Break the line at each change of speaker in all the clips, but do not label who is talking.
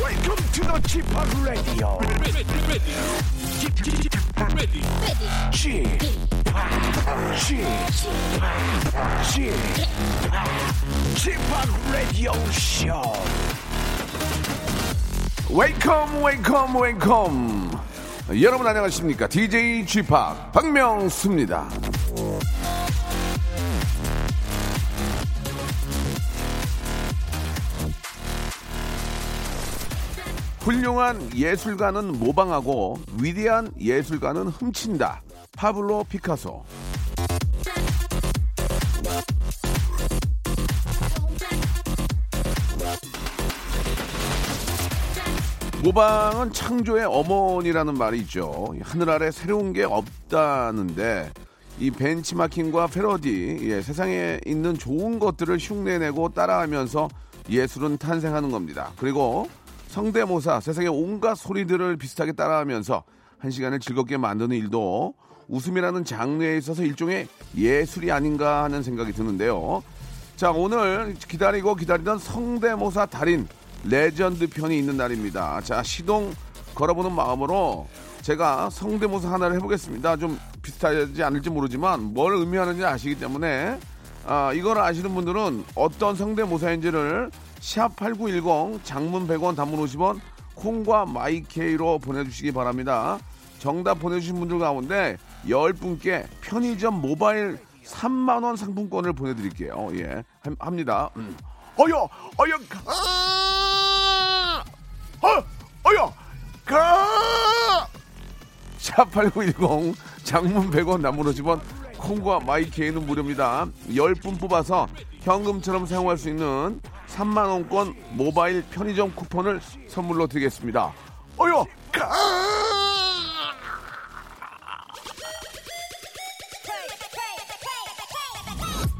Welcome to the Chip Radio.
ready, ready, ready, ready.
Chip, Chip, Chip, Radio Show.
웨이컴 웨이컴 웨이컴 여러분 안녕하십니까 DJ g p 박명수입니다 훌륭한 예술가는 모방하고 위대한 예술가는 훔친다 파블로 피카소 모방은 창조의 어머니라는 말이 있죠. 이 하늘 아래 새로운 게 없다는데 이 벤치마킹과 패러디, 예, 세상에 있는 좋은 것들을 흉내내고 따라하면서 예술은 탄생하는 겁니다. 그리고 성대모사, 세상의 온갖 소리들을 비슷하게 따라하면서 한 시간을 즐겁게 만드는 일도 웃음이라는 장르에 있어서 일종의 예술이 아닌가 하는 생각이 드는데요. 자 오늘 기다리고 기다리던 성대모사 달인 레전드 편이 있는 날입니다. 자 시동 걸어보는 마음으로 제가 성대모사 하나를 해보겠습니다. 좀 비슷하지 않을지 모르지만 뭘 의미하는지 아시기 때문에 아, 이걸 아시는 분들은 어떤 성대모사인지를 샵8910 장문 100원 단문 50원 콩과 마이케이로 보내주시기 바랍니다. 정답 보내주신 분들 가운데 10분께 편의점 모바일 3만원 상품권을 보내드릴게요. 예, 함- 합니다. 음. 어여, 어여, 가! 어, 어여, 가! 샵8910 장문 100원 남문 50원 콩과 마이케이는 무료입니다. 10분 뽑아서 현금처럼 사용할 수 있는 3만원권 모바일 편의점 쿠폰을 선물로 드리겠습니다. 어여! 가!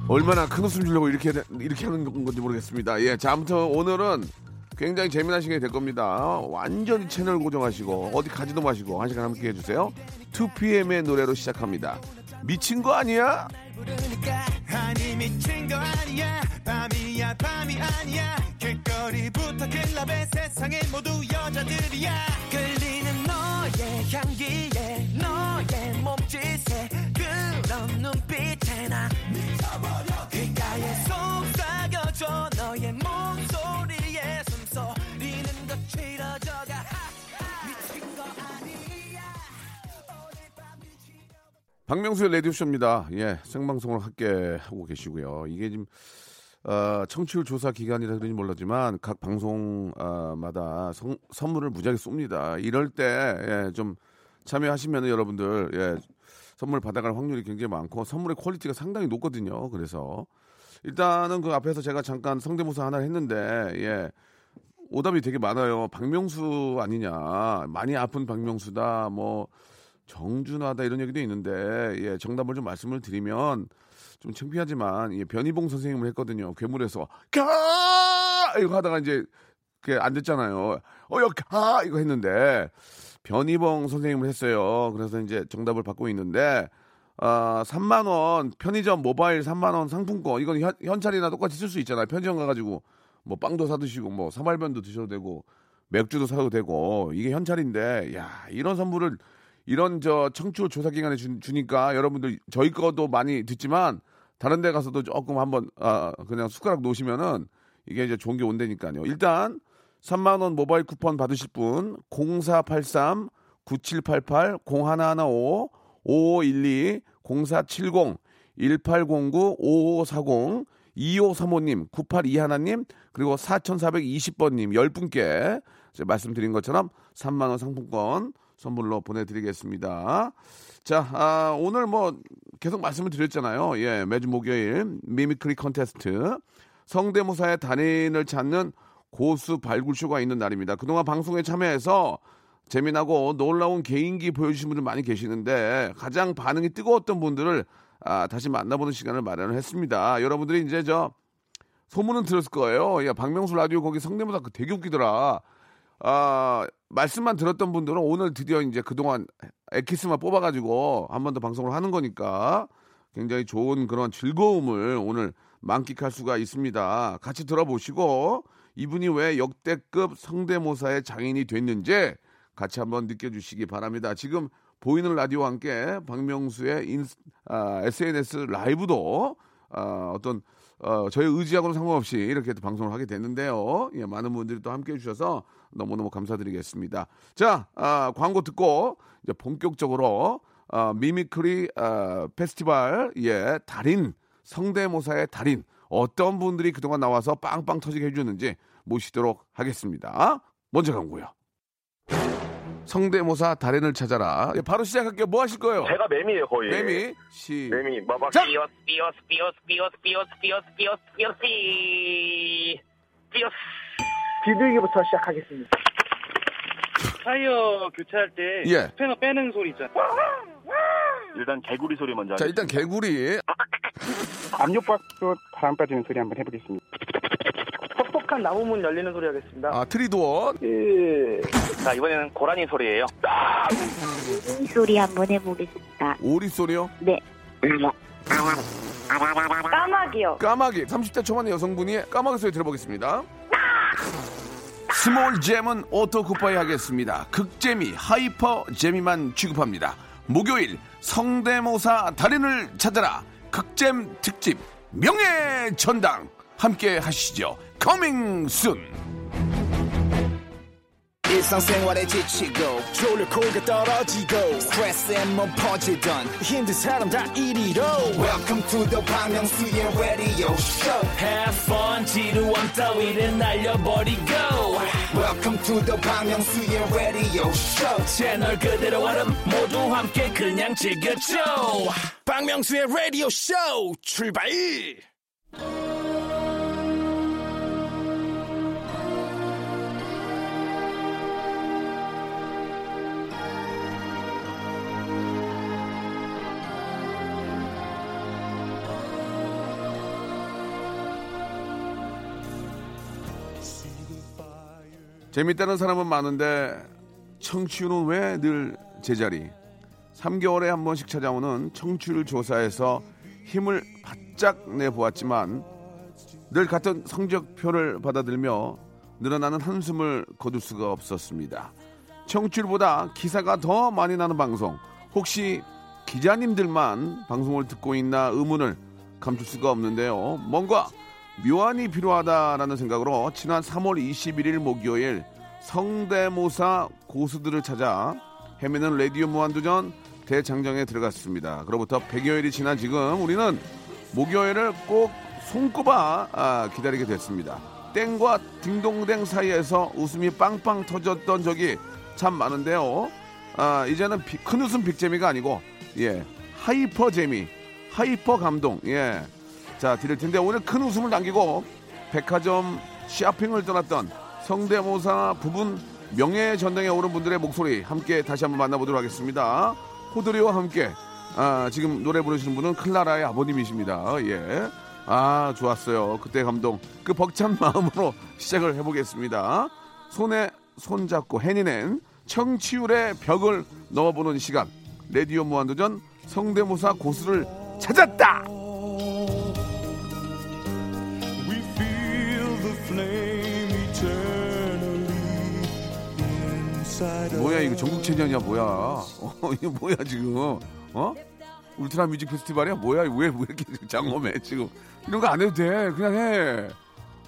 얼마나 큰 웃음 주려고 이렇게 이렇게 하는 건지 모르겠습니다. 예, 자 아무튼 오늘은 굉장히 재미나시게 될 겁니다. 완전히 채널 고정하시고 어디 가지도 마시고 한 시간 함께 해주세요. 2PM의 노래로 시작합니다. 미친 거 아니야?
부르니까 아니 미친 거 아니야 밤이야 밤이 아니야 길거리부터 클럽에 세상에 모두 여자들이야 끌리는 너의 향기에 너의 몸짓에 그런 눈빛에 나 미쳐버려 귓가에 속삭여줘 너의 목소리에 숨소리는 거칠어져가 미친 거 아니야 오늘 밤 미친
박명수의 라디오쇼입니다. 예, 생방송을 함께 하고 계시고요. 이게 지금 어, 청취율 조사 기간이라 그런지 몰랐지만 각 방송마다 성- 선물을 무지하게 쏩니다. 이럴 때좀 참여하시면 여러분들 예, 선물 받아갈 확률이 굉장히 많고 선물의 퀄리티가 상당히 높거든요. 그래서 일단은 그 앞에서 제가 잠깐 성대모사 하나 했는데 예, 오답이 되게 많아요. 박명수 아니냐? 많이 아픈 박명수다. 뭐 정준하다 이런 얘기도 있는데 예, 정답을 좀 말씀을 드리면 좀 창피하지만 예, 변희봉 선생님을 했거든요. 괴물에서 가 이거 하다가 이제 그게 안 됐잖아요. 어여 가 이거 했는데 변희봉 선생님을 했어요. 그래서 이제 정답을 받고 있는데 아 3만 원 편의점 모바일 3만 원 상품권 이건 현, 현찰이나 똑같이 쓸 수 있잖아요. 편의점 가가지고 뭐 빵도 사 드시고 뭐 사발면도 드셔도 되고 맥주도 사도 되고 이게 현찰인데 야 이런 선물을 이런 저 청취율 조사 기간에 주, 니까 여러분들 저희 거도 많이 듣지만 다른 데 가서도 조금 한번 아 그냥 숟가락 놓으시면은 이게 이제 좋은 게 온다니까요. 일단 3만 원 모바일 쿠폰 받으실 분 0483 9788 0115 5512 0470 1809 5540 2535님, 9821님, 그리고 4420번님 10분께 말씀드린 것처럼 3만 원 상품권 선물로 보내드리겠습니다. 자, 아, 오늘 뭐 계속 말씀을 드렸잖아요. 예, 매주 목요일 미미크리 컨테스트 성대모사의 단인을 찾는 고수 발굴쇼가 있는 날입니다. 그동안 방송에 참여해서 재미나고 놀라운 개인기 보여주신 분들 많이 계시는데 가장 반응이 뜨거웠던 분들을 아, 다시 만나보는 시간을 마련을 했습니다. 여러분들이 이제 저 소문은 들었을 거예요. 야, 박명수 라디오 거기 성대모사 그 되게 웃기더라. 아, 말씀만 들었던 분들은 오늘 드디어 이제 그동안 엑기스만 뽑아가지고 한 번 더 방송을 하는 거니까 굉장히 좋은 그런 즐거움을 오늘 만끽할 수가 있습니다. 같이 들어보시고 이분이 왜 역대급 성대모사의 장인이 됐는지 같이 한번 느껴주시기 바랍니다. 지금 보이는 라디오와 함께 박명수의 인, 아, SNS 라이브도 아, 어떤 어, 저희 의지하고는 상관없이 이렇게 또 방송을 하게 됐는데요. 예, 많은 분들이 또 함께 해주셔서 너무너무 감사드리겠습니다. 자, 아, 광고 듣고 이제 본격적으로 아, 미미크리 아, 페스티벌 예, 달인 성대모사의 달인 어떤 분들이 그동안 나와서 빵빵 터지게 해주는지 모시도록 하겠습니다. 먼저 광고요. 성대모사 달인을 찾아라. 예, 바로 시작할게요. 뭐 하실 거예요?
제가 매미예요 거의.
매미 시
매미. 마박.
자!
삐어스 삐어스 삐어스 삐어스 삐어스 삐어스 삐어스 삐어스 삐. 삐어스.
비둘기부터 시작하겠습니다.
타이어 교체할 때
예.
스패너 빼는 소리 있잖아.
일단 개구리 소리 먼저
자
하겠습니다.
일단 개구리
압력 밖으로 바람 빠지는 소리 한번 해보겠습니다.
퍽퍽한 나무문 열리는 소리 하겠습니다.
아 트리도어
네.
자 이번에는 고라니 소리예요.
이 소리 한번 해보겠습니다.
오리 소리요
까마귀요.
까마귀 30대 초반의 여성분이 까마귀 소리 들어보겠습니다. 스몰 잼은 오토 굿바이 하겠습니다. 극재미 하이퍼 재미만 취급합니다. 목요일 성대모사 달인을 찾아라 극잼 특집 명예 전당 함께 하시죠. 커밍 순.
일상생활에 지치고, 졸려 코가 떨어지고, 스트레스에 몸 퍼지던, 힘든 사람 다 이리로. welcome to the Bang Myung-soo's radio show
Have fun 지루한 따위를 날려버리고
welcome to the Bang Myung-soo's radio show
채널 그대로 얼음 모두 함께 그냥 즐겨줘 박명수의 라디오 쇼 출발
재밌다는 사람은 많은데 청취율은 왜 늘 제자리? 3개월에 한 번씩 찾아오는 청취율 조사에서 힘을 바짝 내보았지만 늘 같은 성적표를 받아들며 늘어나는 한숨을 거둘 수가 없었습니다. 청취율보다 기사가 더 많이 나는 방송 혹시 기자님들만 방송을 듣고 있나 의문을 감출 수가 없는데요. 뭔가 묘안이 필요하다라는 생각으로 지난 3월 21일 목요일 성대모사 고수들을 찾아 헤매는 라디오 무한도전 대장정에 들어갔습니다. 그로부터 100여일이 지난 지금 우리는 목요일을 꼭 손꼽아 아, 기다리게 됐습니다. 땡과 딩동댕 사이에서 웃음이 빵빵 터졌던 적이 참 많은데요. 아, 이제는 비- 큰 웃음 빅재미가 아니고 예 하이퍼 재미, 하이퍼 감동 예. 자 드릴 텐데 오늘 큰 웃음을 남기고 백화점 쇼핑을 떠났던 성대모사 부분 명예 전당에 오른 분들의 목소리 함께 다시 한번 만나보도록 하겠습니다. 호드리와 함께 아, 지금 노래 부르시는 분은 클라라의 아버님이십니다. 예. 아 좋았어요. 그때 감동. 그 벅찬 마음으로 시작을 해보겠습니다. 손에 손잡고 해니는 청취율의 벽을 넘어보는 시간. 레디오 무한도전 성대모사 고수를 찾았다. 어, 뭐야 이거 전국 체전이야 뭐야 어 이거 뭐야 지금 어 울트라 뮤직 페스티벌이야 뭐야 왜 왜 이렇게 장엄해 지금 이런 거 안 해도 돼 그냥 해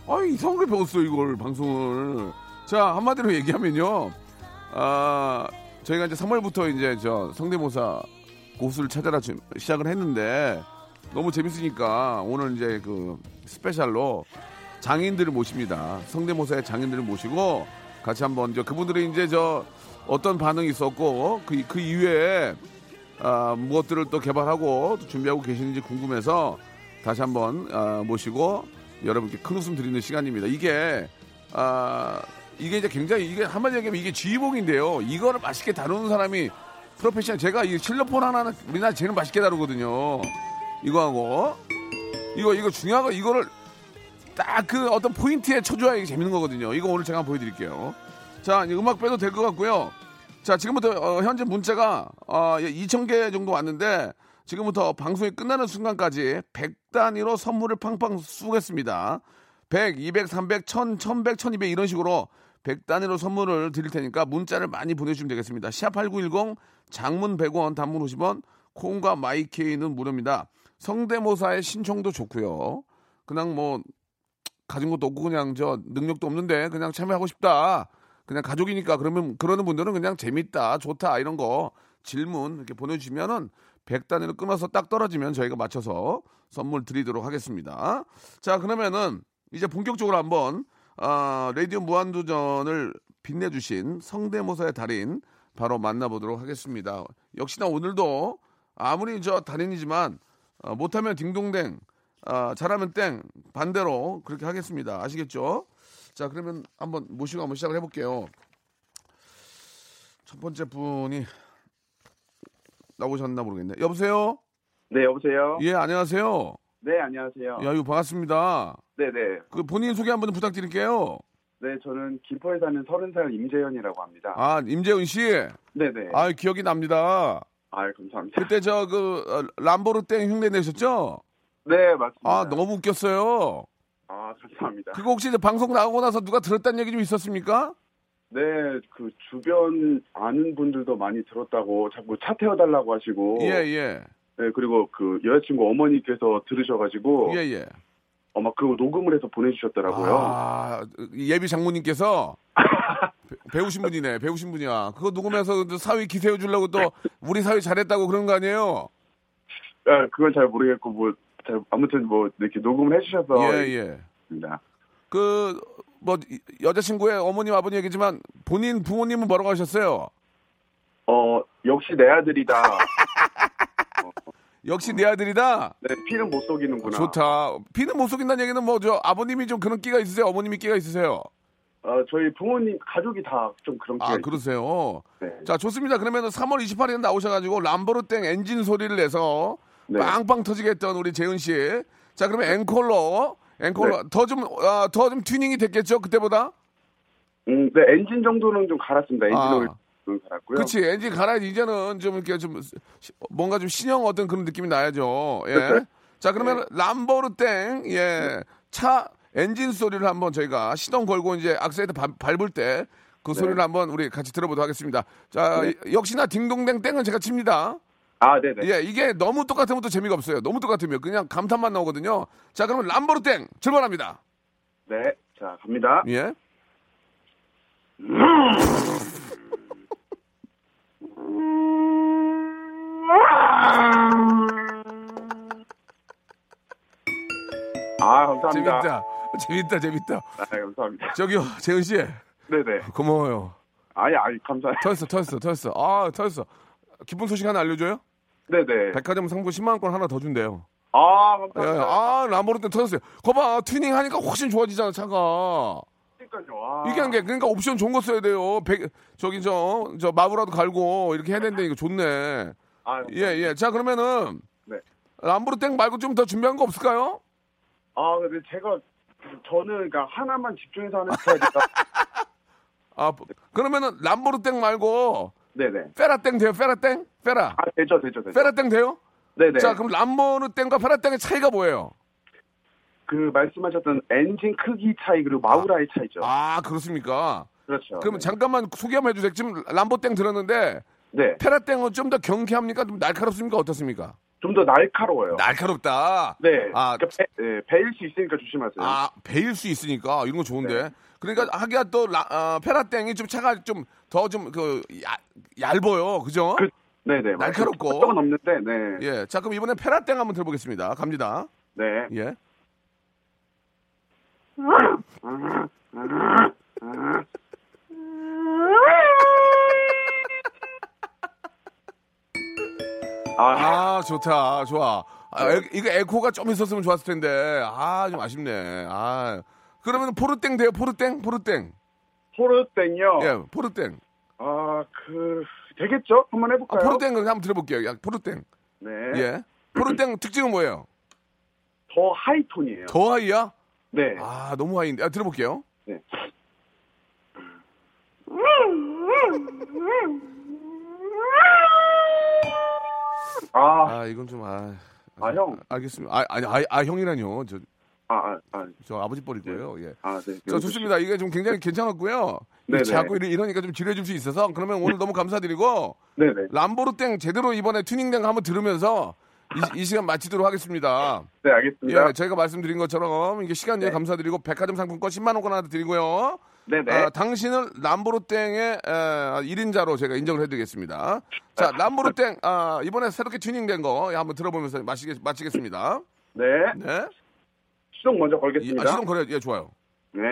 아이 이상한 걸 배웠어 이걸 방송을 자 한마디로 얘기하면요 아 저희가 이제 3월부터 이제 저 성대모사 고수를 찾아라 지- 시작을 했는데 너무 재밌으니까 오늘 이제 그 스페셜로 장인들을 모십니다. 성대모사의 장인들을 모시고 같이 한번 저 그분들의 이제 저 어떤 반응이 있었고 그, 그 이외에 아, 무엇들을 또 개발하고 또 준비하고 계시는지 궁금해서 다시 한번 아, 모시고 여러분께 큰 웃음 드리는 시간입니다. 이게 아, 이게 이제 굉장히 이게 한마디 얘기하면 이게 지휘봉인데요. 이거를 맛있게 다루는 사람이 프로페셔널 제가 이 실로폰 하나는 우리나라 제일 맛있게 다루거든요. 이거하고 이거 이거 중요한 거 이거를 딱 그 어떤 포인트에 쳐줘야 이게 재밌는 거거든요. 이거 오늘 제가 한번 보여드릴게요. 자, 이제 음악 빼도 될 것 같고요. 자, 지금부터 어, 현재 문자가 어, 2,000개 정도 왔는데 지금부터 방송이 끝나는 순간까지 100단위로 선물을 팡팡 쏘겠습니다. 100, 200, 300, 1000, 1100, 1200 이런 식으로 100 단위로 선물을 드릴 테니까 문자를 많이 보내주시면 되겠습니다. 샵8910 장문 100원 단문 50원 콩과 마이케이는 무료입니다. 성대모사의 신청도 좋고요. 그냥 뭐 가진 것도 없고 그냥 저 능력도 없는데 그냥 참여하고 싶다. 그냥 가족이니까 그러면 그러는 분들은 그냥 재밌다, 좋다 이런 거 질문 이렇게 보내주시면은 100단위로 끊어서 딱 떨어지면 저희가 맞춰서 선물 드리도록 하겠습니다. 자 그러면은 이제 본격적으로 한번 아, 라디오 무한도전을 빛내주신 성대모사의 달인 바로 만나보도록 하겠습니다. 역시나 오늘도 아무리 저 달인이지만 어, 못하면 딩동댕, 아, 잘하면 땡 반대로 그렇게 하겠습니다. 아시겠죠? 자 그러면 한번 모시고 한번 시작을 해볼게요. 첫 번째 분이 나오셨나 모르겠네. 여보세요?
네, 여보세요.
예 안녕하세요.
네, 안녕하세요.
야 이거 반갑습니다.
네, 네.
그 본인 소개 한번 부탁드릴게요.
네, 저는 김포에 사는 서른 살 임재현이라고 합니다.
아 임재훈 씨.
네, 네.
아 기억이 납니다.
아, 감사합니다.
그때 저 그 람보르 땡 흉내 내셨죠?
네, 맞습니다.
아 너무 웃겼어요.
아, 감사합니다.
그거 혹시 이제 방송 나오고 나서 누가 들었다는 얘기 좀 있었습니까?
네, 그 주변 아는 분들도 많이 들었다고 자꾸 차 태워달라고 하시고.
예 예.
네, 그리고 그 여자친구 어머니께서 들으셔가지고.
예 예.
아마 그거 녹음을 해서 보내주셨더라고요.
아, 예비 장모님께서 배- 배우신 분이네. 배우신 분이야. 그거 녹음해서 또 사위 기세워 주려고 또 우리 사위 잘했다고 그런 거 아니에요?
아, 그건 잘 모르겠고 뭐. 잘, 아무튼 뭐 이렇게 녹음을 해주셔서
예, 예.
있습니다.
그 뭐 여자친구의 어머님 아버님 얘기지만 본인 부모님은 뭐라고 하셨어요?
어 역시 내 아들이다.
역시 내 아들이다.
네, 피는 못 속이는구나.
아, 좋다. 비는 못 속인다는 얘기는 뭐 저 아버님이 좀 그런 끼가 있으세요? 어머님이 끼가 있으세요?
어, 저희 부모님 가족이 다 좀 그런 게
아 그러세요.
네.
자 좋습니다. 그러면 3월 28일에 나오셔가지고 람보르땡 엔진 소리를 내서
네.
빵빵 터지게 했던 우리 재훈 씨. 자 그러면 앵콜로
네.
앵콜로 더좀더좀 튜닝이 됐겠죠 그때보다?
음, 네, 엔진 정도는 좀 갈았습니다.
아.
엔진 오일은 갈았고요.
그렇지 엔진 갈아야지 이제는 좀 이렇게 좀 시- 뭔가 좀 신형 어떤 그런 느낌이 나야죠. 예.
그렇죠.
자 그러면 람보르땡 예.
네.
예차 엔진 소리를 한번 저희가 시동 걸고 이제 악셀에터 밟- 밟을 때.
네.
그 소리를 한번 우리 같이 들어보도록 하겠습니다. 자, 역시나 딩동댕 땡은 제가 칩니다.
아, 네. 네네.
예, 이게 너무 똑같으면 또 재미가 없어요. 너무 똑같으면 그냥 감탄만 나오거든요. 자, 그러면 람보르땡 출발합니다.
네, 자, 갑니다.
예.
아, 감사합니다.
재밌다. 재밌다, 재밌다.
아, 감사합니다.
저기요, 재은 씨.
네네.
고마워요.
아니, 아니, 감사합니다.
터졌어, 터졌어, 터졌어. 아, 터졌어. 기쁜 소식 하나 알려줘요?
네네.
백화점 상품 10만원 하나 더 준대요.
아,
예,
감사합니다.
아, 람보르땡 터졌어요. 거봐, 튜닝 하니까 훨씬 좋아지잖아, 차가.
그러니까요. 아.
이게 한 게, 그러니까 옵션 좋은 거 써야 돼요. 백, 저기, 저, 저, 마구라도 갈고, 이렇게 해야 되는데, 이거 좋네.
아,
예, 예. 자, 그러면은.
네.
람보르땡 말고 좀 더 준비한 거 없을까요?
아, 근데 제가, 저는, 그니까, 하나만 집중해서 하는 스타일이다.
아, 그러면은 람보르땡 말고
네네.
페라땡 돼요? 페라땡? 페라.
아, 되죠, 되죠, 되죠.
페라땡 돼요?
네네.
자, 그럼 람보르땡과 페라땡의 차이가 뭐예요?
그, 말씀하셨던 엔진 크기 차이, 그리고 마우라의 차이죠.
아, 그렇습니까?
그렇죠.
그러면
네.
잠깐만 소개 한번 해주세요. 지금 람보땡 들었는데
네.
페라땡은 좀 더 경쾌합니까? 좀 날카롭습니까? 어떻습니까?
좀 더 날카로워요.
날카롭다.
네.
아,
그러니까 배, 네, 배일 수 있으니까 조심하세요.
아, 배일 수 있으니까 이런 거
네.
좋은데. 그러니까 하기야 또 라, 아, 페라땡이 좀 차가 좀 더 좀 그 얇아요. 그죠?
그- 네네.
날카롭고.
조금 없는데, 네.
예. 자, 그럼 이번에 페라땡 한번 들어보겠습니다. 갑니다.
네.
예.
아, 네.
아 좋다 좋아 아, 에- 이거 에코가 좀 있었으면 좋았을 텐데 아 좀 아쉽네 아 그러면 포르땡 돼요 포르땡 포르땡
포르땡요.
예 포르땡
아, 그 되겠죠? 한번
아,
해볼까요?
포르땡을 한번 들어볼게요 야, 포르땡
네.
예 포르땡 특징은 뭐예요
더 하이톤이에요.
더 하이야
네.
아 너무 하이인데 아, 들어볼게요
네. 아,
아 이건 좀아
아, 형.
아, 알겠습니다 아 아니 아, 아 형이라뇨 저
아, 아, 아, 아,
저 아버지 뻘이고요. 예.
아, 네.
자, 좋습니다. 이게 좀 굉장히 괜찮았고요.
네네.
자꾸 이러- 이러니까 좀 지뢰 줄수 있어서 그러면 오늘 너무 감사드리고
네네.
람보르땡 제대로 이번에 튜닝된 거 한번 들으면서 이, 이 시간 마치도록 하겠습니다.
네, 알겠습니다.
예, 저희가 말씀드린 것처럼 이게 시간 내 감사드리고 백화점 상품권 10만 원권 하나 드리고요.
네네.
아, 당신을 람보르땡의 에, 1인자로 제가 인정을 해드리겠습니다. 자, 람보르땡 아, 이번에 새롭게 튜닝된 거 예, 한번 들어보면서 마치겠, 마치겠습니다.
네.
네.
시동 먼저
예,
걸겠습니다.
아, 시동 걸어요. 예, 좋아요.
네.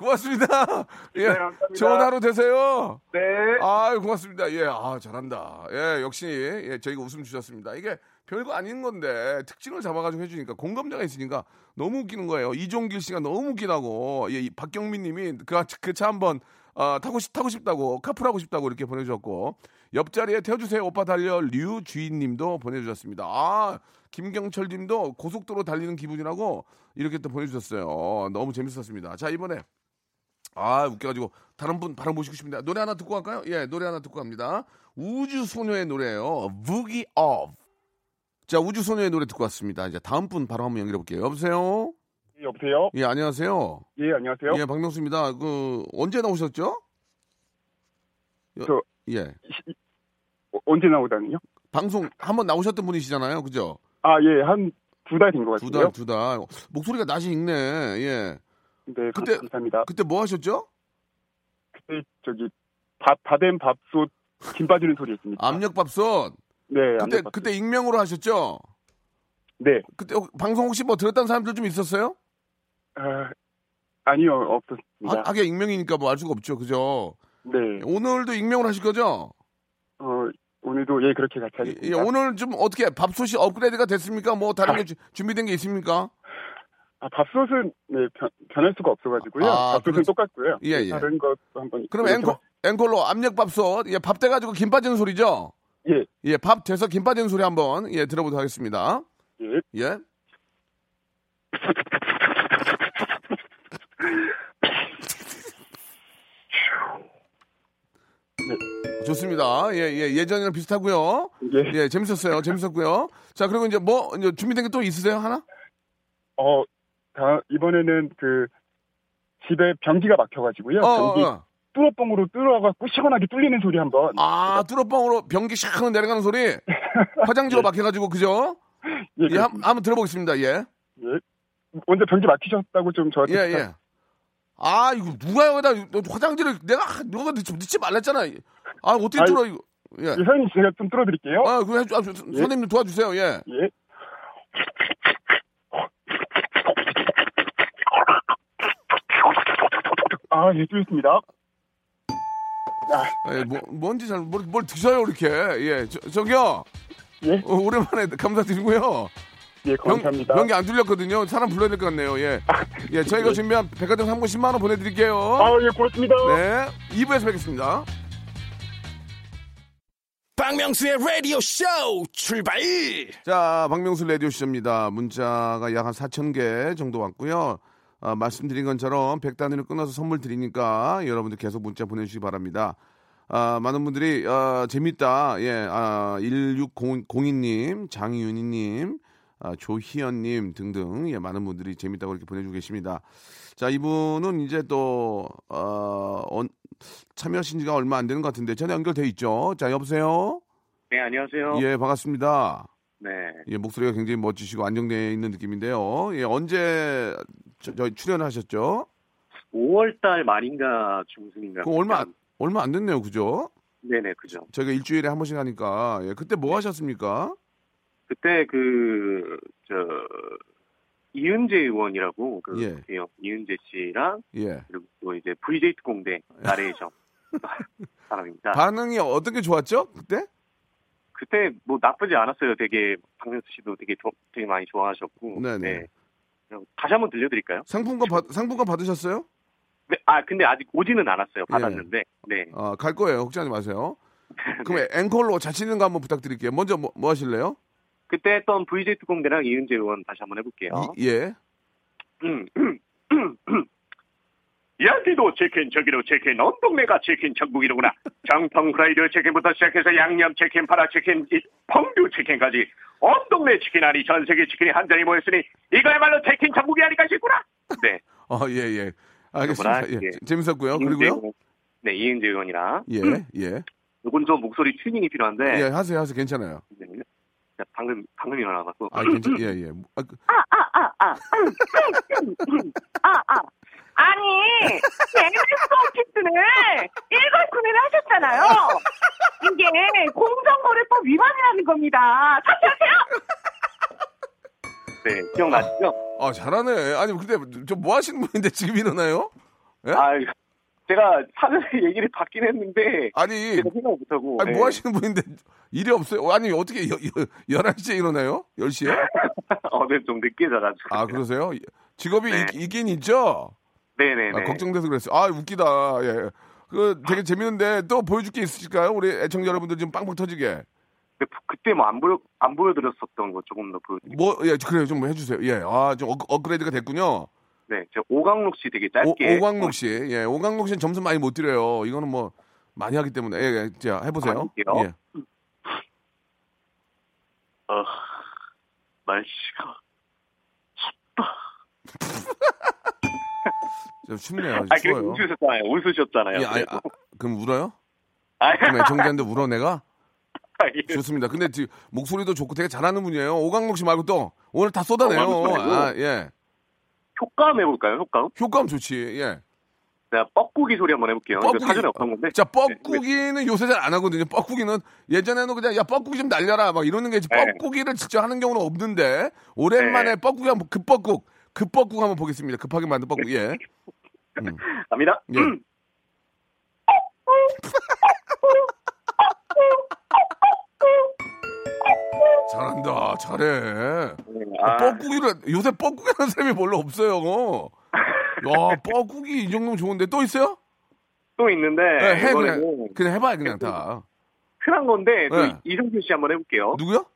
고맙습니다. 예,
네, 감사합니다.
좋은 하루 되세요.
네.
아유, 고맙습니다. 예, 아, 잘한다. 예, 역시, 예, 저희가 웃음 주셨습니다. 이게 별거 아닌 건데, 특징을 잡아가지고 해주니까, 공감자가 있으니까 너무 웃기는 거예요. 이종길 씨가 너무 웃기다고, 예, 이 박경민 님이 그, 그 차 한번, 아, 타고 싶, 타고 싶다고, 카풀하고 싶다고 이렇게 보내주셨고, 옆자리에 태워주세요. 오빠 달려, 류주인 님도 보내주셨습니다. 아, 김경철 님도 고속도로 달리는 기분이라고 이렇게 또 보내주셨어요. 너무 재밌었습니다. 자, 이번에 아 웃겨가지고 다른 분 바로 모시고 싶은데 노래 하나 듣고 갈까요? 예 노래 하나 듣고 갑니다 우주 소녀의 노래예요 Boogie Off 자 우주 소녀의 노래 듣고 왔습니다 이제 다음 분 바로 한번 연결해 볼게요 여보세요
여보세요?
예 안녕하세요
예, 안녕하세요.
예 박명수입니다 그 언제 나오셨죠? 여-
저-
예
어, 언제 나오다니요?
방송 한번 나오셨던 분이시잖아요 그죠?
아, 예, 한 두 달 된 것
두
같아요.
달 두 달 목소리가 낯이 익네 예
네, 감-
그때-
감사합니다.
그때 뭐 하셨죠?
그때 저기 밥, 다된 밥솥 김 빠지는 소리였습니다.
압력밥솥
네,
그때
압력밥솥.
그때 익명으로 하셨죠?
네.
그때 혹- 방송 혹시 뭐 들었다는 사람들 좀 있었어요?
아, 아니요,
하-
없었습니다.
하게 익명이니까 뭐 알 수가 없죠, 그죠?
네,
예. 오늘도 익명을 하실 거죠?
어, 오늘도 예, 그렇게 같이 하겠습니다.
예, 오늘 좀 어떻게 밥솥이 업그레이드가 됐습니까? 뭐 다른 게 주- 준비된 게 있습니까?
아, 밥솥은 네, 변, 변할 수가 없어가지고요.
아,
밥솥은
그렇-
똑같고요.
예, 예.
다른 것도 한번.
그럼
이렇게
앵콜, 앵콜로 압력밥솥, 예, 밥 돼가지고 김 빠지는 소리죠?
예.
예, 밥 돼서 김 빠지는 소리 한번, 예, 들어보도록 하겠습니다.
예.
예. 좋습니다. 예, 예, 예전이랑 비슷하고요.
예.
예, 재밌었어요. 재밌었고요. 자, 그리고 이제 뭐 이제 준비된 게 또 있으세요? 하나?
어, 다, 이번에는 그 집에 변기가 막혀가지고요.
어,
변기
어, 어.
뚫어뻥으로 뚫어가 고 시원하게 뚫리는 소리 한번.
아, 뚜러뻥으로 변기 샥 하고 내려가는 소리. 화장지로 막혀가지고 그죠?
예,
예,
그-
한, 한번 들어보겠습니다. 예,
언제 변기 막히셨다고 좀
예,
저한테. 부탁-
예. 아, 이거 누가 여기다 화장지를 내가 누가 넣지, 넣지 말랬잖아. 아, 어떻게
아이,
뚫어 이거? 예.
예, 사장님 제가 좀 뚫어드릴게요.
아, 그거 해주, 아, 저- 선생님 도와주세요. 예.
예. 아, 예, 뚫렸습니다.
아, 예, 뭐, 뭔지 잘, 뭘, 뭘 드셔요, 이렇게. 예. 저, 저기요.
예.
어, 오랜만에 감사드리고요.
예, 감사합니다.
명, 명기 안 들렸거든요. 사람 불러야 될 것 같네요. 예. 예, 저희가 준비한 백화점 상품 10만원 보내드릴게요.
네. 아, 예, 고맙습니다.
네. 2부에서 뵙겠습니다.
박명수의 라디오 쇼 출발!
자, 박명수 라디오 시입니다 문자가 약 한 4천 개 정도 왔고요. 아, 말씀드린 것처럼 100단위로 끊어서 선물 드리니까 여러분들 계속 문자 보내주시기 바랍니다. 아, 많은 분들이 아, 재밌다. 예, 아, 1602님, 장윤희님, 아, 조희연님 등등 예, 많은 분들이 재밌다고 이렇게 보내주고 계십니다. 자, 이분은 이제 또 어, 언- 참여하신 지가 얼마 안 되는 것 같은데 전화 연결돼 있죠. 자, 여보세요.
네, 안녕하세요.
예, 반갑습니다.
네.
예, 목소리가 굉장히 멋지시고 안정되어 있는 느낌인데요. 예, 언제 저, 저희 출연하셨죠?
5월달 말인가 중순인가.
그 얼마 안- 얼마 안 됐네요, 그죠?
네네, 그죠.
저희가 일주일에 한 번씩 하니까 예, 그때 뭐 하셨습니까?
그때 그, 저, 이은재 의원이라고, 그,
예.
예. 이은재 씨랑,
예,
그리고 또 이제 VJ 특공대 나레이션 사람입니다.
반응이 어떤 게 좋았죠? 그때?
그때 뭐 나쁘지 않았어요. 되게, 박명수 씨도 되게, 조- 되게 많이 좋아하셨고.
네네.
네. 그럼 다시 한번 들려드릴까요?
상품권 받 상품권 받으셨어요?
네, 아, 근데 아직 오지는 않았어요. 받았는데. 네.
아, 갈 거예요. 걱정하지 마세요. 그럼 앵콜로 자치는 거 한번 부탁드릴게요. 먼저 뭐, 뭐 하실래요?
그때 했던 VJ 특공대랑
예.
음, 이은재 의원 다시 한번 해볼게요.
이- 예.
음. 야기도 치킨, 음. 저기도 치킨, 온 동네가 치킨 천국이로구나. 정통 프라이드 치킨부터 시작해서 양념 치킨, 파라 치킨, 이 펑듀 치킨까지 온 동네 치킨 아니 전 세계 치킨이 한 자리에 모였으니 이거야말로 치킨 천국이 아닐까 싶구나. 네,
어, 예, 예. 알겠습니다.
그러구나.
예.
예.
재밌었고요.
이은재
그리고요.
의원. 네, 이은재 의원이랑
예, 예.
이건 좀 목소리 튜닝이 필요한데
예, 하세요, 하세요. 괜찮아요.
네. 방금 방금 일어나가지고
아, 괜찮, 예, 예. 아, 그-
아, 아. 아니, MSO 키트는 일괄 구매를 하셨잖아요. 이게 공정거래법 위반이라는 겁니다. 사퇴하세요!
네, 기억나시죠?
아, 잘하네. 아니, 근데 저 뭐 하시는 분인데 지금 일어나요? 예?
아, 제가 사전에 얘기를 받긴 했는데
아니,
제가 생각 못하고 네.
아니, 뭐 하시는 분인데 일이 없어요? 아니, 어떻게 여, 여, 11시에 일어나요? 10시에?
어제 좀 늦게 자가지고
아, 그러세요? 직업이 있, 긴 있죠?
네. 네네네
아, 걱정돼서 그랬어요. 아, 웃기다. 예. 그 되게 재밌는데 또 보여줄 게 있으실까요? 우리 애청자 여러분들 지금 빵빵 터지게.
그때 뭐 안 보여 안 보여드렸었던 거 조금 더 보여드릴게요
뭐, 예, 그래요. 좀 해주세요. 예. 아, 좀 업, 업그레이드가 됐군요.
네, 저 오광록 씨 되게 짧게
오, 광록 씨. 예, 오광록 씨는 점수 많이 못 드려요. 이거는 뭐 많이 하기 때문에. 예, 예. 자, 해보세요.
아니요.
예.
어, 날씨가
좀 춥네요.
아 그래
추워요.
웃으셨잖아요 웃으셨잖아요
예, 아, 아, 그럼 울어요?
아,
그럼 애청자인데 울어 내가? 좋습니다. 근데 지금 목소리도 좋고 되게 잘하는 분이에요. 오광록 씨 말고 또 오늘 다 쏟아내요.
어, 오광록 씨 말고.
아, 예.
효과음 해볼까요 효과음
효과음 좋지 예
제가 뻐꾸기 소리 한번 해볼게요 이거
뻐꾸기.
사전에 없던 건데
자, 뻐꾸기는 요새 잘 안 하거든요. 뻐꾸기는 예전에는 그냥 야 뻐꾸기 좀 날려라 막 이러는 게 있지.
네.
뻐꾸기를 직접 하는 경우는 없는데 오랜만에
네.
뻐꾸기 한번 급뻐국 급뻐국 한번 보겠습니다. 급하게 만든 뻐꾸기 예.
갑니다 음.
예. 잘한다 잘해.
아.
뻐꾸기를 요새 뻐꾸기 하는 사람이 별로 없어요. 야 뻐꾸기 이 정도면 좋은데 또 있어요?
또 있는데
네, 해 그냥
이거는
그냥 해봐 그냥 다.
흔한 건데 또
네.
이성균 씨 한번 해볼게요
누구요?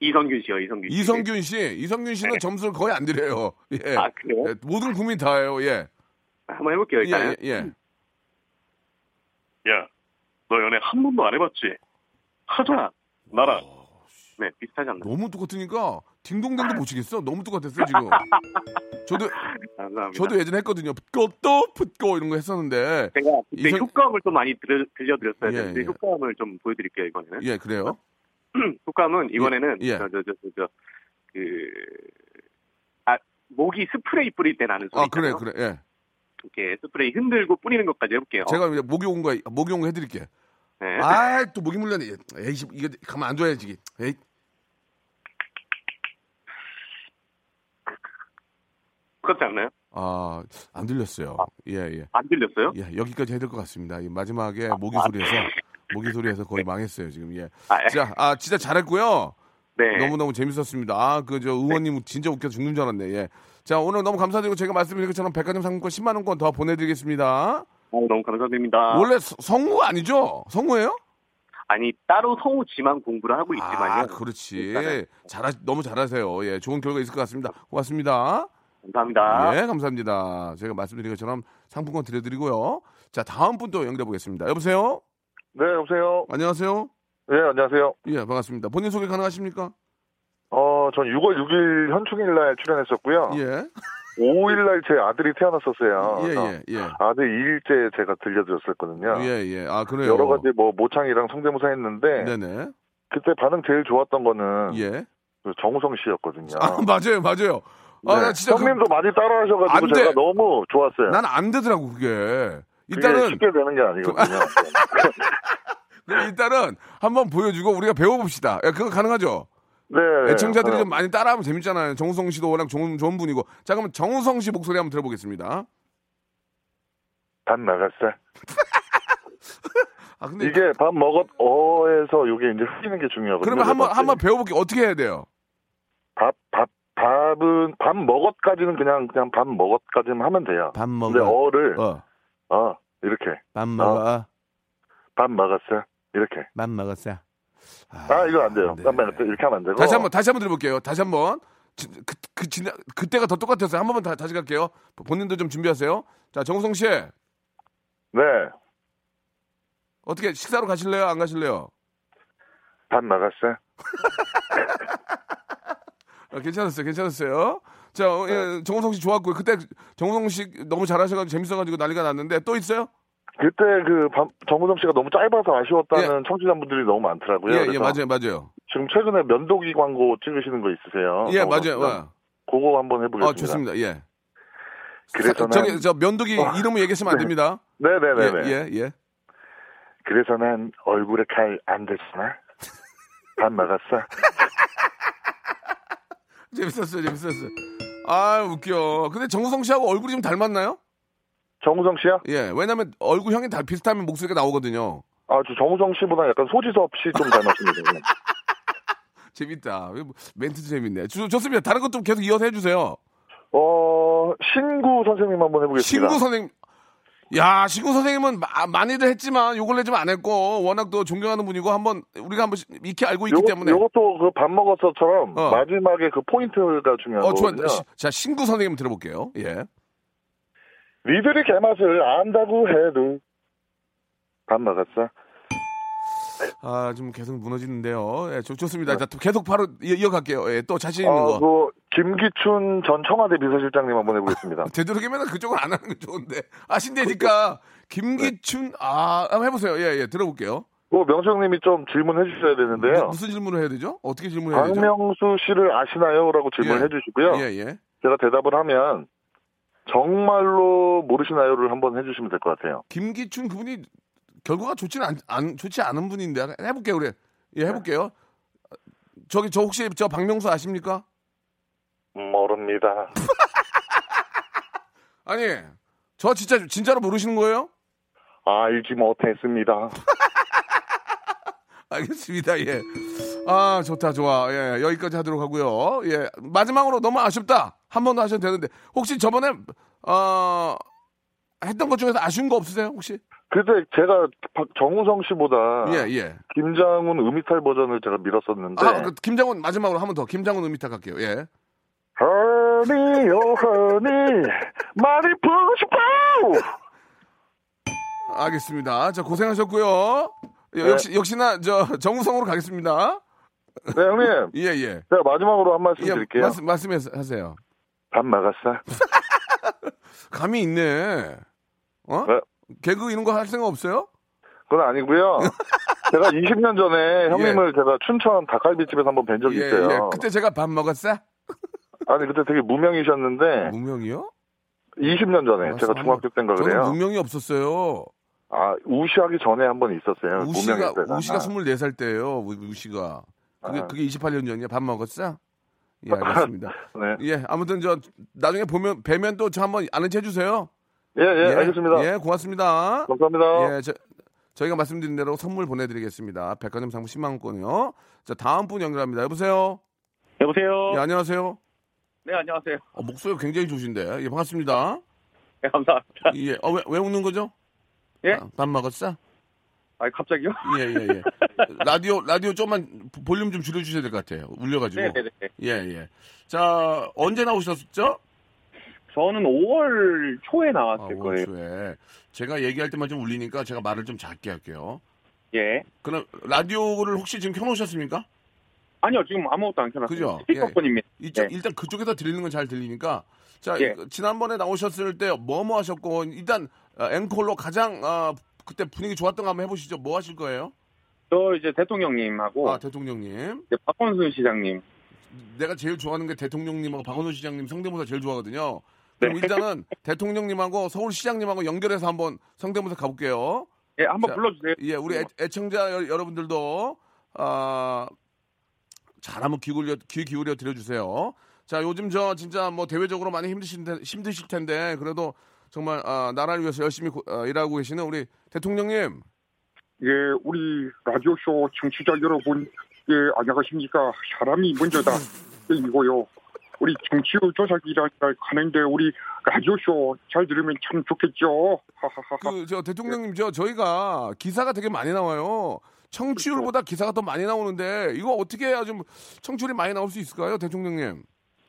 이성균 씨요 이성균 씨
이성균 씨, 이성균 씨는 점수를 거의 안 드려요. 예.
네. 아, 그래요?
예, 모든 국민 다예요. 예.
한번 해볼게요 일단
예, 예, 예.
야, 너 연애 한 번도 안 해봤지? 하자, 나랑.
어.
네, 비슷하지 않나요?
너무 똑같으니까 딩동댕도 못 치겠어. 너무 똑같았어 지금. 저도
감사합니다.
저도 예전에 했거든요. 붓고 또 붓고 이런 거 했었는데.
제가 그때
이성-
효과음을 좀 많이 들, 들려드렸어야
예,
되는데
예.
효과음을 좀 보여드릴게요 이번에는.
예, 그래요.
효과음은 이번에는
예.
저, 저, 저, 저, 저, 그, 아 목이 스프레이 뿌릴 때 나는 소리.
아, 그래,
있잖아요.
그래. 예.
이렇게 스프레이 흔들고 뿌리는 것까지 해볼게요.
제가 이제 목이 온 거, 목이 온 거 해드릴게.
네.
아, 또 목이 물렸네. 에이, 씨, 이거 가만 안 둬야지. 이게. 에이.
그렇지 않나요?
아, 안 들렸어요. 예, 예.
안 들렸어요?
예, 여기까지 해야 될 것 같습니다. 이 마지막에 모기
아.
소리에서 모기 소리에서 거의 망했어요 지금. 예.
아, 예.
자, 아 진짜 잘했고요.
네.
너무 너무 재밌었습니다. 아, 그 저 의원님 진짜 웃겨 죽는 줄 알았네. 예. 자, 오늘 너무 감사드리고 제가 말씀드린 것처럼 백화점 상품권 10만 원권 더 보내드리겠습니다.
아, 너무 감사드립니다.
원래 서- 성우가 아니죠? 성우예요?
아니 따로 성우지만 공부를 하고 있지만요.
아, 그렇지. 잘하 너무 잘하세요. 예, 좋은 결과 있을 것 같습니다. 고맙습니다.
감사합니다.
예, 감사합니다. 제가 말씀드린 것처럼 상품권 드려드리고요. 자, 다음 분 또 연결해 보겠습니다. 여보세요.
네, 여보세요.
안녕하세요.
네, 안녕하세요.
예, 반갑습니다. 본인 소개 가능하십니까?
어, 전 6월 6일 현충일 날 출연했었고요.
예.
5일 날 제 아들이 어. 태어났었어요.
예,
그래서
예, 예.
아들 2일째 제가 들려드렸었거든요.
예, 예. 아, 그래요.
여러 가지 뭐 모창이랑 성대모사 했는데
네네.
그때 반응 제일 좋았던 거는
예.
그 정우성 씨였거든요.
아, 맞아요, 맞아요. 아,
어. 네.
나 진짜 그-
형님도 많이
안
따라하셔가지고
돼.
제가 너무 좋았어요.
난 안 되더라고 그게.
그게
일단은
쉽게 되는 게 아니거든요.
그럼 일단은 한번 보여주고 우리가 배워봅시다. 야, 그거 가능하죠?
네.
애청자들이
어.
좀 많이 따라하면 재밌잖아요. 정우성 씨도 워낙 좋은 좋은 분이고. 자, 그럼 정우성 씨 목소리 한번 들어보겠습니다.
밥 나갔어.
아, 근데
이게 밥 먹었 어에서 이게 이제 흐리는 게 중요하거든요.
그러면 한번 한번 배워볼게. 어떻게 해야 돼요?
밥, 밥, 밥은, 밥 먹었까지는 그냥, 그냥 밥 먹었까지만 하면 돼요.
밥
근데
먹어.
어를, 어,
어,
이렇게.
밥 먹어.
밥 먹었어. 이렇게.
밥 먹었어. 아, 네.
아, 이거 안 아, 돼요. 안 돼. 이렇게 하면 안 되고.
다시 한번 다시 한번 들어볼게요. 다시 한번 지- 그, 그, 지나, 그때가 더 똑같았어요. 한 번만 다, 다시 갈게요. 본인도 좀 준비하세요. 자, 정우성 씨.
네.
어떻게 식사로 가실래요? 안 가실래요?
밥 나갔어요?
아, 괜찮았어요. 괜찮았어요. 자, 어, 예,
네.
정우성 씨 좋았고요. 그때 정우성 씨 너무 잘하셔가지고 재밌어가지고 난리가 났는데 또 있어요?
그때 그 밤- 정우성 씨가 너무 짧아서 아쉬웠다는 청취자분들이 너무 많더라고요.
예, 예,
그래서
맞아요. 맞아요.
지금 최근에 면도기 광고 찍으시는 거 있으세요?
예,
어, 정우성
맞아요.
씨가?
와.
그거 한번 해보겠습니다.
아, 좋습니다. 예.
그래서는
저기, 저 면도기
와.
이름을 얘기하시면 안
네.
됩니다.
네네네네.
예, 예, 예.
그래서 난 얼굴에 칼 안 대잖아. 밥 나갔어?
재밌었어요, 재밌었어요. 아, 웃겨. 근데 정우성 씨하고 얼굴이 좀 닮았나요?
정우성 씨요?
예, 왜냐면 얼굴형이 다 비슷하면 목소리가 나오거든요.
아, 저 정우성 씨보다 약간 소지섭 씨 좀 닮았습니다.
재밌다. 뭐 멘트도 재밌네. 좋, 좋습니다. 다른 것도 계속 이어서 해주세요.
어, 신구 선생님 한번 해보겠습니다.
신구 선생님. 야, 신구 선생님은 마- 많이들 했지만 요걸 내좀 안 했고 워낙 또 존경하는 분이고 한번 우리가 한번 익히 알고 있기
요것-
때문에.
요것도 그 밥 먹었어처럼
어.
마지막에 그 포인트가 중요하거든요.
어, 좋아. 시- 자, 신구 선생님 들어볼게요. 예.
니들이 개맛을 안다고 해도 밥 나갔어?
아, 좀 계속 무너지는데요. 예, 좋, 습니다 계속 바로 이어, 갈게요 예, 또 자신 있는
네.
거.
어, 그 김기춘 전 청와대 비서실장님 한번 해보겠습니다. 그렇죠.
되도록이면 그쪽은 안 하는 게 좋은데. 아신대니까 김기춘, 아, 한번 해보세요. 예, 예, 들어볼게요.
그 명수형님이 좀 질문해 주셔야 되는데요.
무슨 질문을 해야 되죠? 어떻게 질문을 해야 되죠?
박명수 씨를 아시나요?라고 질문해
예.
주시고요.
예, 예.
제가 대답을 하면 정말로 모르시나요를 한번 해주시면 될 것 같아요.
김기춘 그분이 결과가 좋지 는 안, 좋지 않은 분인데 해볼게요 그래 예 해볼게요 저기 저 혹시 저 박명수 아십니까
모릅니다.
아니 저 진짜 진짜로 모르시는 거예요
알지 못했습니다.
알겠습니다 예. 예아 좋다 좋아 예 여기까지 하도록 하고요 예 마지막으로 너무 아쉽다 한 번 더 하셔도 되는데 혹시 저번에 어 했던 것 중에서 아쉬운 거 없으세요 혹시
그때 제가 박- 정우성 씨보다
예 예.
김장훈 음이탈 버전을 제가 밀었었는데
아, 그 김장훈 마지막으로 한 번 더 김장훈 음이탁 할게요. 예.
허니요 허니 많이 부르고 싶어
알겠습니다. 자, 고생하셨고요. 예,
네.
역시 역시나 저 정우성으로 가겠습니다.
네 형님
예, 예.
제가 마지막으로 한 말씀 드릴게요
말씀 말씀하세요.
밥 막았어?
감이 있네. 어?
네.
개그 이런 거 할 생각 없어요?
그건 아니고요 제가 20년 전에 형님을 제가 춘천 닭갈비집에서 한번 뵌 적이
예,
있어요
예. 그때 제가 밥 먹었어?
아니 그때 되게 무명이셨는데
무명이요?
20년 전에 제가 중학교
저는
때인가 그래요
무명이 없었어요.
아 우시하기 전에 한 번 있었어요
우시가
무명일 때가
우시가 24살 때예요. 우- 우시가. 그게
네. 아.
그게 28년 전이야. 밥 먹었어? 예, 알겠습니다.
네.
예, 아무튼 저 나중에 보면 뵈면 또 저 한번 아는 체해 주세요.
예, 예, 알겠습니다.
예, 고맙습니다.
감사합니다.
예, 저, 저희가 말씀드린 대로 선물 보내드리겠습니다. 백화점 상품 10만 원권이요. 자, 다음 분 연결합니다. 여보세요.
여보세요.
예, 안녕하세요.
네, 안녕하세요.
어, 목소리 굉장히 좋으신데. 예, 반갑습니다.
네, 감사합니다.
예, 어, 왜, 왜 웃는 거죠?
예?
아, 밥 먹었어?
아, 갑자기요?
예, 예, 예. 라디오, 라디오 좀만 보- 볼륨 좀 줄여주셔야 될 것 같아요. 울려가지고.
네, 네, 네.
예, 예. 자, 언제 나오셨죠?
저는 5월 초에
아,
나왔을 거예요.
5월 초에. 제가 얘기할 때만 좀 울리니까 제가 말을 좀 작게 할게요.
예.
그럼 라디오를 혹시 지금 켜놓으셨습니까?
아니요, 지금 아무것도 안 켜놨어요.
그죠?
스피커폰입니다.
이쪽,
예.
일단 그쪽에다 들리는 건 잘 들리니까 자
예.
그 지난번에 나오셨을 때 뭐 뭐 하셨고 일단 어, 앵콜로 가장 어, 그때 분위기 좋았던 거 한번 해보시죠. 뭐 하실 거예요?
저 이제 대통령님하고
아 대통령님,
이제 박원순 시장님.
내가 제일 좋아하는 게 대통령님하고 박원순 시장님 성대모사 제일 좋아하거든요. 그럼 일단은 대통령님하고 서울시장님하고 연결해서 한번 성대모사 가볼게요.
예, 한번
자,
불러주세요.
예, 우리 애, 청자 여, 러분들도 아, 잘 한번 귀 기울여 귀 기울여 드려주세요. 자, 요즘 저 진짜 뭐 대외적으로 많이 힘드신 데- 힘드실 텐데 그래도 정말 아, 나라를 위해서 열심히 고- 어, 일하고 계시는 우리 대통령님.
예, 우리 라디오쇼 청취자 여러분, 예, 안녕하십니까. 사람이 먼저다. 이고요. 우리 정치 조사기라 하는데 우리 라디오쇼 잘 들으면 참 좋겠죠. 하하하하.
그 저 대통령님 저 저희가 기사가 되게 많이 나와요.
그렇죠.
청취율보다 기사가 더 많이 나오는데 이거 어떻게 해야 좀 청취율이 많이 나올 수 있을까요, 대통령님?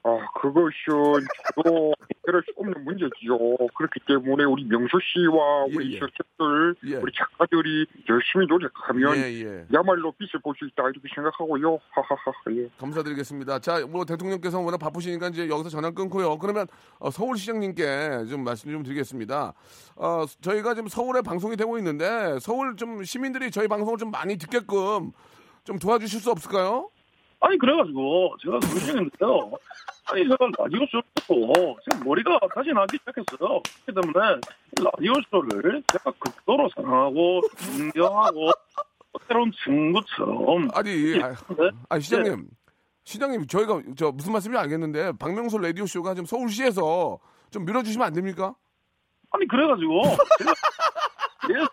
아, 그것은 저도 해결할 수 없는 문제지요. 그렇기 때문에 우리 명수 씨와 우리
예.
스태프들,
예.
우리 작가들이 열심히 노력하면
예, 예.
야말로 빛을 볼 수 있다 이렇게 생각하고요. 하하하. 예.
감사드리겠습니다. 자, 뭐 대통령께서 워낙 바쁘시니까 이제 여기서 전화 끊고요. 그러면 어, 서울시장님께 좀 말씀 좀 드리겠습니다. 어, 저희가 지금 서울에 방송이 되고 있는데 서울 좀 시민들이 저희 방송을 좀 많이 듣게끔 좀 도와주실 수 없을까요?
아니 그래가지고 제가 고생했는데요. 아니 제가 라디오 쇼고 지금 머리가 다시 나기 시작했어요. 그렇기 때문에 라디오 쇼를 제가 극도로 사랑하고 존경하고 새로운 친구처럼
아니 아, 아 시장님, 시장님 저희가 저 무슨 말씀인지 알겠는데 박명수 라디오 쇼가 지금 서울시에서 좀 밀어주시면 안 됩니까?
아니 그래가지고 제가 계속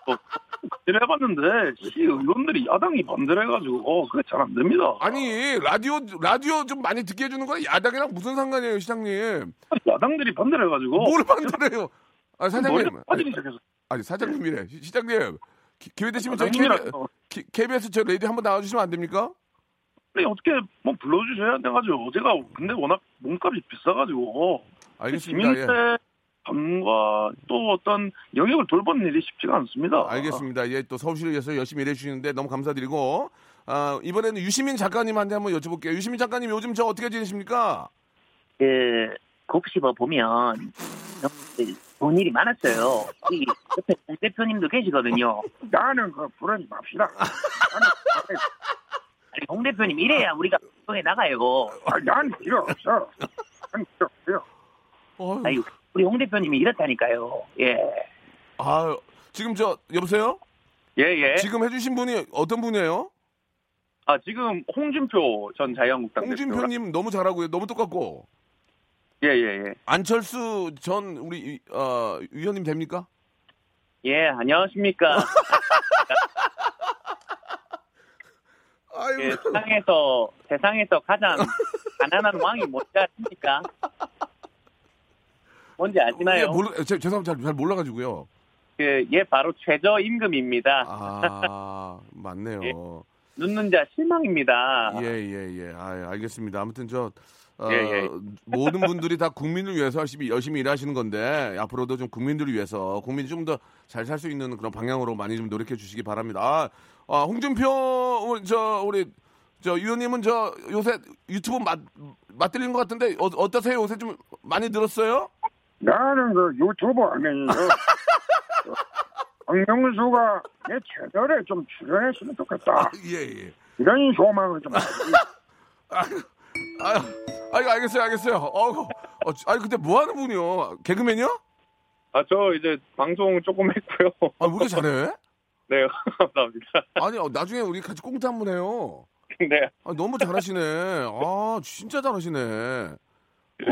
일을 해봤는데 시 의원들이 야당이 반대를 해가지고 어, 그게 잘 안 됩니다.
아니 라디오 라디오 좀 많이 듣게 해주는 건 야당이랑 무슨 상관이에요, 시장님?
야당들이 반대를 해가지고
뭘 반대해요? 아 사장님,
머리가 어, 빠지기 시작했어요.
아니 사장님이래 시- 시장님 기- 기회 되시면 저희
사장님이라서.
KB, KBS 저 레디 한번 나와주시면 안 됩니까?
아니 어떻게 뭐 불러주셔야 돼가지고 제가 근데 워낙 몸값이 비싸가지고
알겠습니다, 예.
시민의 감과 또 어떤 영역을 돌보는 일이 쉽지가 않습니다.
알겠습니다. 예, 또 서울시를 위해서 열심히 일해주시는데 너무 감사드리고 아, 이번에는 유시민 작가님한테 한번 여쭤볼게요. 유시민 작가님 요즘 저 어떻게 지내십니까?
그 곱씹어 보면 너무 좋은 일이 많았어요. 이 옆에 공 대표님도 계시거든요.
나는 그 불안이 맙시다.
아니, 공 대표님 이래야 우리가 방송에 나가요.
아, 난 필요 없어. 난 필요 없어요.
아니, 우리 홍 대표님이 이렇다니까요. 예.
아 지금 저 여보세요?
예 예.
지금 해주신 분이 어떤 분이에요?
아 지금 홍준표 전 자유한국당
홍준표님 너무 잘하고요. 너무 똑같고
예예예. 예,
안철수 전 우리 이- 어, 위원님 됩니까?
예, 안녕하십니까.
아이고.
예, 세상에서 세상에서 가장 가난한 왕이 뭔지 아십니까? 뭔지 아시나요?
예, 모르, 제, 죄송합니다. 잘, 잘 몰라가지고요.
그, 예, 바로 최저임금입니다.
아
예.
맞네요.
눕는 자 실망입니다.
예, 예, 예. 아, 알겠습니다. 아무튼 저 어,
예, 예.
모든 분들이 다 국민을 위해서 열심히, 열심히 일하시는 건데 앞으로도 좀 국민들을 위해서 국민이 좀 더 잘 살 수 있는 그런 방향으로 많이 좀 노력해 주시기 바랍니다. 아, 아, 홍준표 어, 저 우리 저 의원님은 저 요새 유튜브 맛 맛들린 것 같은데 어, 어떠세요? 요새 좀 많이 늘었어요?
나는 그 유튜브 하면요. 박명수가 내 채널에 좀 출연했으면 좋겠다.
예, 예.
이런 소망을 좀. 가지고
아, 아, 알겠어요, 알겠어요. 어, 어, 아니 근데 뭐 하는 분이요? 개그맨이요?
아, 저 이제 방송 조금 했고요.
아, 왜 이렇게 잘해?
네, 감사합니다.
아니 어, 나중에 우리 같이 꽁트 한번 해요.
네.
아, 너무 잘하시네. 아 진짜 잘하시네.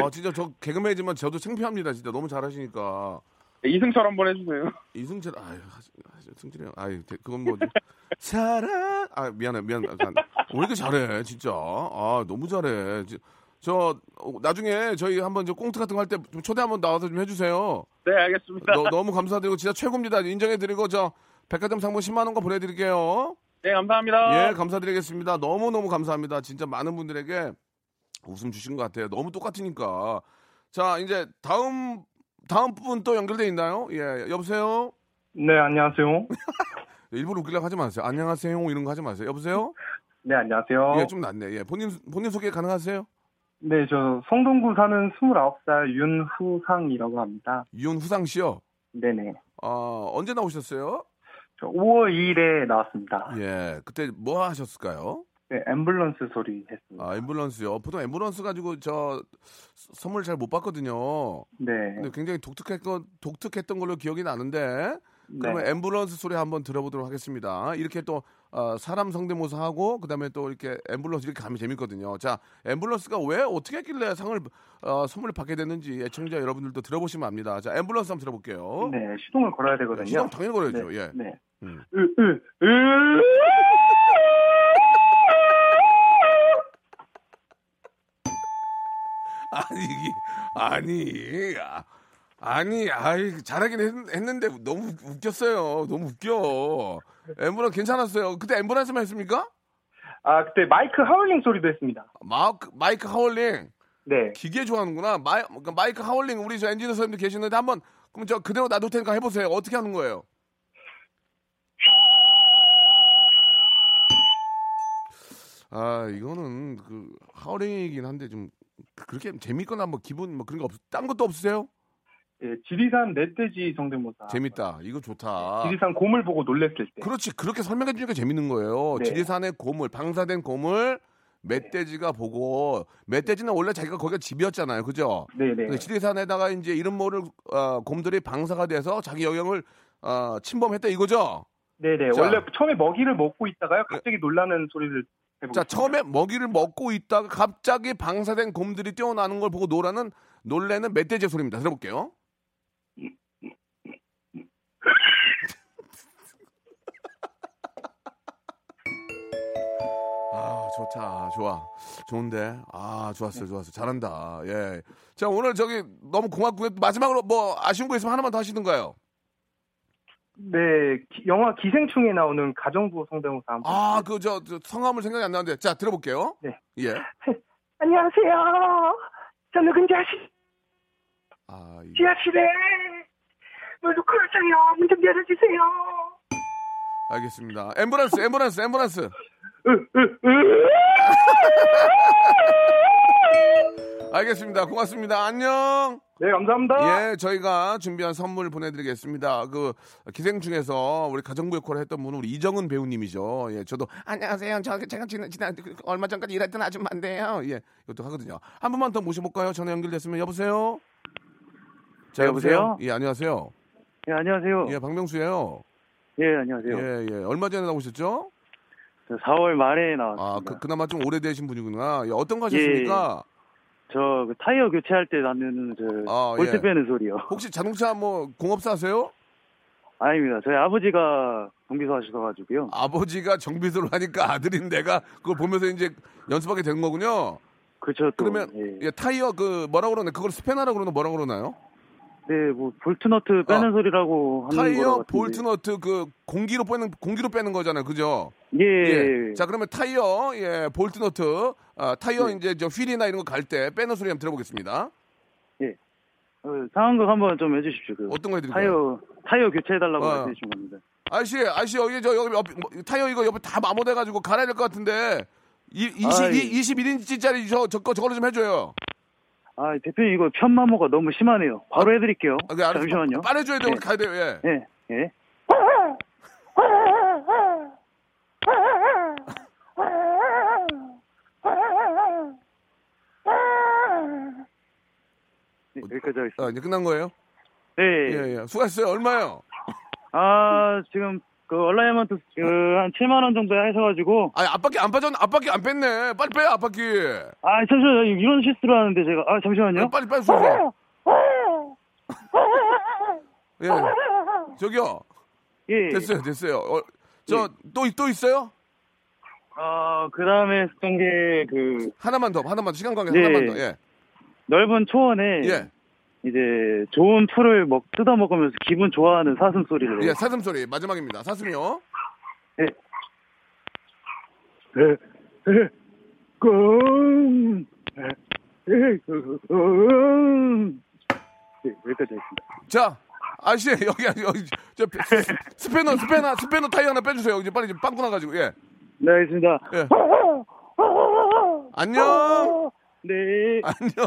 와 진짜 저 개그맨이지만 저도 창피합니다. 진짜 너무 잘하시니까.
이승철 한번 해주세요.
이승철 아유 하지- 하지- 승철이 형 아유 대- 그건 뭐지? 사랑 아 미안해 미안 아, 난- 왜 이렇게 잘해 진짜 아 너무 잘해 지- 저 어, 나중에 저희 한번 저 꽁트 같은 거 할 때 좀 초대 한번 나와서 좀 해주세요.
네, 알겠습니다.
너, 너무 감사드리고 진짜 최고입니다. 인정해드리고 저 백화점 상품 10만 원 거 보내드릴게요.
네, 감사합니다.
어.
예, 감사드리겠습니다. 너무너무 감사합니다. 진짜 많은 분들에게 웃음 주신 것 같아요. 너무 똑같으니까. 자, 이제 다음, 다음 분 또 연결돼 있나요? 예, 여보세요?
네, 안녕하세요.
일부러 웃기려고 하지 마세요. 안녕하세요. 뭐 이런 거 하지 마세요. 여보세요?
네,
어.
안녕하세요.
예, 좀 낫네. 예, 본인, 본인 소개 가능하세요?
네, 저 성동구 사는 29살 윤후상이라고 합니다.
윤후상 씨요?
네네.
어, 언제 나오셨어요?
저 5월 2일에 나왔습니다.
예, 그때 뭐 하셨을까요?
네, 앰뷸런스 소리 했습니다.
아, 앰뷸런스요. 보통 앰뷸런스 가지고 저 서- 선물 잘 못 받거든요.
네.
근데 굉장히 독특했던 독특했던 걸로 기억이 나는데
네.
그러면 앰뷸런스 소리 한번 들어보도록 하겠습니다. 이렇게 또 어, 사람 성대모사 하고 그다음에 또 이렇게 앰뷸런스 이렇게 가면 재밌거든요. 자, 앰뷸런스가 왜 어떻게 했길래 상을 어, 선물을 받게 됐는지 애청자 여러분들도 들어보시면 압니다. 자, 앰뷸런스 한번 들어볼게요.
네, 시동을 걸어야 되거든요.
시동 당연히 걸어야죠. 예.
네.
음. 아니 이게- 아니 아, 아니 아이 잘하긴 했, 는데 너무 웃- 웃겼어요 너무 웃겨 엠브런 괜찮았어요 그때 엠브런스만 했습니까?
아 그때 마이크 하울링 소리도 했습니다
마크 마이크 하울링 네. 기계 좋아하는구나. 마이, 그러니까 마이크 하울링 우리 저 엔지니어 선생님도 계시는데 한번 그럼 저 그대로 놔둘 테니까 해보세요. 어떻게 하는 거예요? 아 이거는 그 하울링이긴 한데 좀 그렇게 재밌거나 뭐 기분 뭐 그런 거 없. 딴 것도 없으세요?
예, 지리산 멧돼지
아,
성대모사.
재밌다. 이거 좋다.
네.
지리산 곰을 보고 놀랬을 때.
그렇지. 그렇게 설명해 주니까 재밌는 거예요.
네.
지리산의 고물, 방사된 고물, 멧돼지가 보고 멧돼지는 원래 자기가 거기가 집이었잖아요. 그죠?
네네.
근데 지리산에다가 이제 이름 모를 어, 곰들이 방사가 돼서 자기 영역을 어, 침범했다 이거죠?
네네.
자. 예.
원래 처음에 먹이를 먹고 있다가요. 갑자기 놀라는 소리를 해보고.
자, 처음에 먹이를 먹고 있다가 갑자기 방사된 곰들이 뛰어나는 걸 보고 노라는 놀래는 멧돼지 의 소리입니다. 들어볼게요. 아, 좋다. 좋아. 좋은데. 아, 좋았어요. 좋았어요. 잘한다. 예. 자, 오늘 저기 너무 고맙고요. 마지막으로 뭐 아쉬운 거 있으면 하나만 더 하시는가요?
네, 기- 영화 기생충에 나오는 가정부 성대모사 한번.
아, 그 저 성함을 생각이 안 나는데. 자, 들어볼게요.
네.
예.
안녕하세요. 저 누군지 아시,
아, 이-
지하실에 물 놓고 왔어요. 문 좀 열어주세요.
알겠습니다. 앰뷸런스, 앰뷸런스, 앰뷸런스. 알겠습니다. 고맙습니다. 안녕.
네,
어?
감사합니다.
예, 저희가 준비한 선물 보내드리겠습니다. 그 기생충에서 우리 가정부 역할을 했던 분은 우리 이정은 배우님이죠. 예, 저도 안녕하세요. 저 제가 지난, 지난 그- 얼마 전까지 일했던 아줌마인데요. 예, 이것도 하거든요. 한 번만 더 모셔볼까요? 전화 연결됐으면 여보세요. 자,
네,
여보세요.
여보세요?
예, 안녕하세요.
예, 안녕하세요.
예, 박명수예요.
예, 안녕하세요.
예, 예. 얼마 전에 나오셨죠?
저 4월 말에 나왔습니다. 예.
아, 그, 나마좀 오래되신 분이구나. 예, 어떤 거 하셨습니까?
저그 타이어 교체할 때 나는 저
아,
볼트
예.
빼는 소리요.
혹시 자동차 뭐 공업사 하세요?
아닙니다. 저희 아버지가 경비소 하셔가지고요.
아버지가 정비소를 하니까 아들인 내가 그걸 보면서 이제 연습하게 되는 거군요.
그렇죠.
그러면 예, 타이어 그 뭐라 그러나 그걸 스패너라고 그러나 뭐라 그러나요?
네, 뭐 볼트너트 빼는
아,
소리라고 하는 거라
타이어
같은데.
볼트너트 그 공기로 빼는 공기로 빼는 거잖아요, 그죠?
예.
자 그러면 타이어 예 볼트너트 아, 타이어
예.
이제 저 휠이나 이런 거 갈 때 빼는 소리 한번 들어보겠습니다.
어, 상황극 한번 좀 해주십시오. 그
어떤 거 해드릴까요?
타이어 타이어 교체해달라고
어.
말씀해주신 겁니다.
아저씨, 아저씨 여기 저 여기 옆, 뭐, 타이어 이거 옆에 다 마모돼가지고 갈아야 될 것 같은데 이, 20,
아이.
이, 21인치짜리 저 저거 저거를 좀 해줘요.
아, 대표님 이거 편마모가 너무 심하네요.
아,
바로 해드릴게요.
그
잠시만요.
빨리 해줘야 돼.
예.
우리 가야 돼요. 예.
예, 예. 네, 여기까지 하겠습니다.
아, 이제 끝난 거예요?
네.
예, 예. 수고했어요. 얼마요?
아, 지금 그 얼라이먼트 그한 7만 원 정도 해서가지고.
아, 앞바퀴 안 빠졌, 앞바퀴 안 뺐네. 빨리 빼요, 앞바퀴.
아, 잠시만요. 이런 실수를 하는데 제가. 아, 잠시만요.
빨리 빨리 쏘세요. 예. 저기요.
예.
됐어요, 됐어요. 어, 저또또 있어요?
아, 그다음에 했던 게그
하나만 더, 하나만 더. 시간 관계
예.
하나만 더. 예.
넓은 초원에 이제 좋은 풀을 먹 뜯어 먹으면서 기분 좋아하는 사슴 소리를.
예, 사슴 소리 마지막입니다. 사슴이요.
꽁. 예, 꽁. 네, 여기까지 하겠습니다.
자, 아저씨 여기 아니, 여기 저 스- 스- 스패너 스패너 스패너 타이어 하나 빼주세요. 이제 빨리 지금 빵꾸 나가지고 예.
네, 알겠습니다.
예. 안녕.
네.
안녕.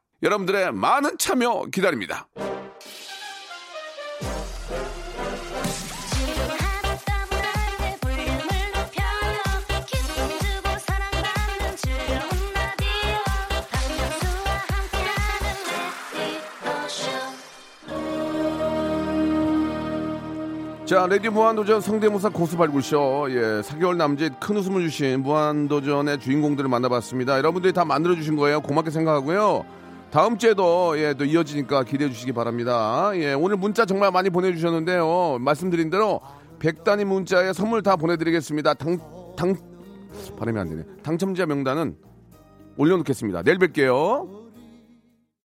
여러분들의 많은 참여 기다립니다. 자, 레디 무한도전 성대모사 고수 발굴쇼. 예, 4개월 남짓 큰 웃음을 주신 무한도전의 주인공들을 만나봤습니다. 여러분들이 다 만들어주신 거예요. 고맙게 생각하고요. 다음 주에도, 예, 또 이어지니까 기대해 주시기 바랍니다. 예, 오늘 문자 정말 많이 보내주셨는데요. 말씀드린 대로 100단위 문자에 선물 다 보내드리겠습니다. 당, 당, 발음이 안 되네. 당첨자 명단은 올려놓겠습니다. 내일 뵐게요.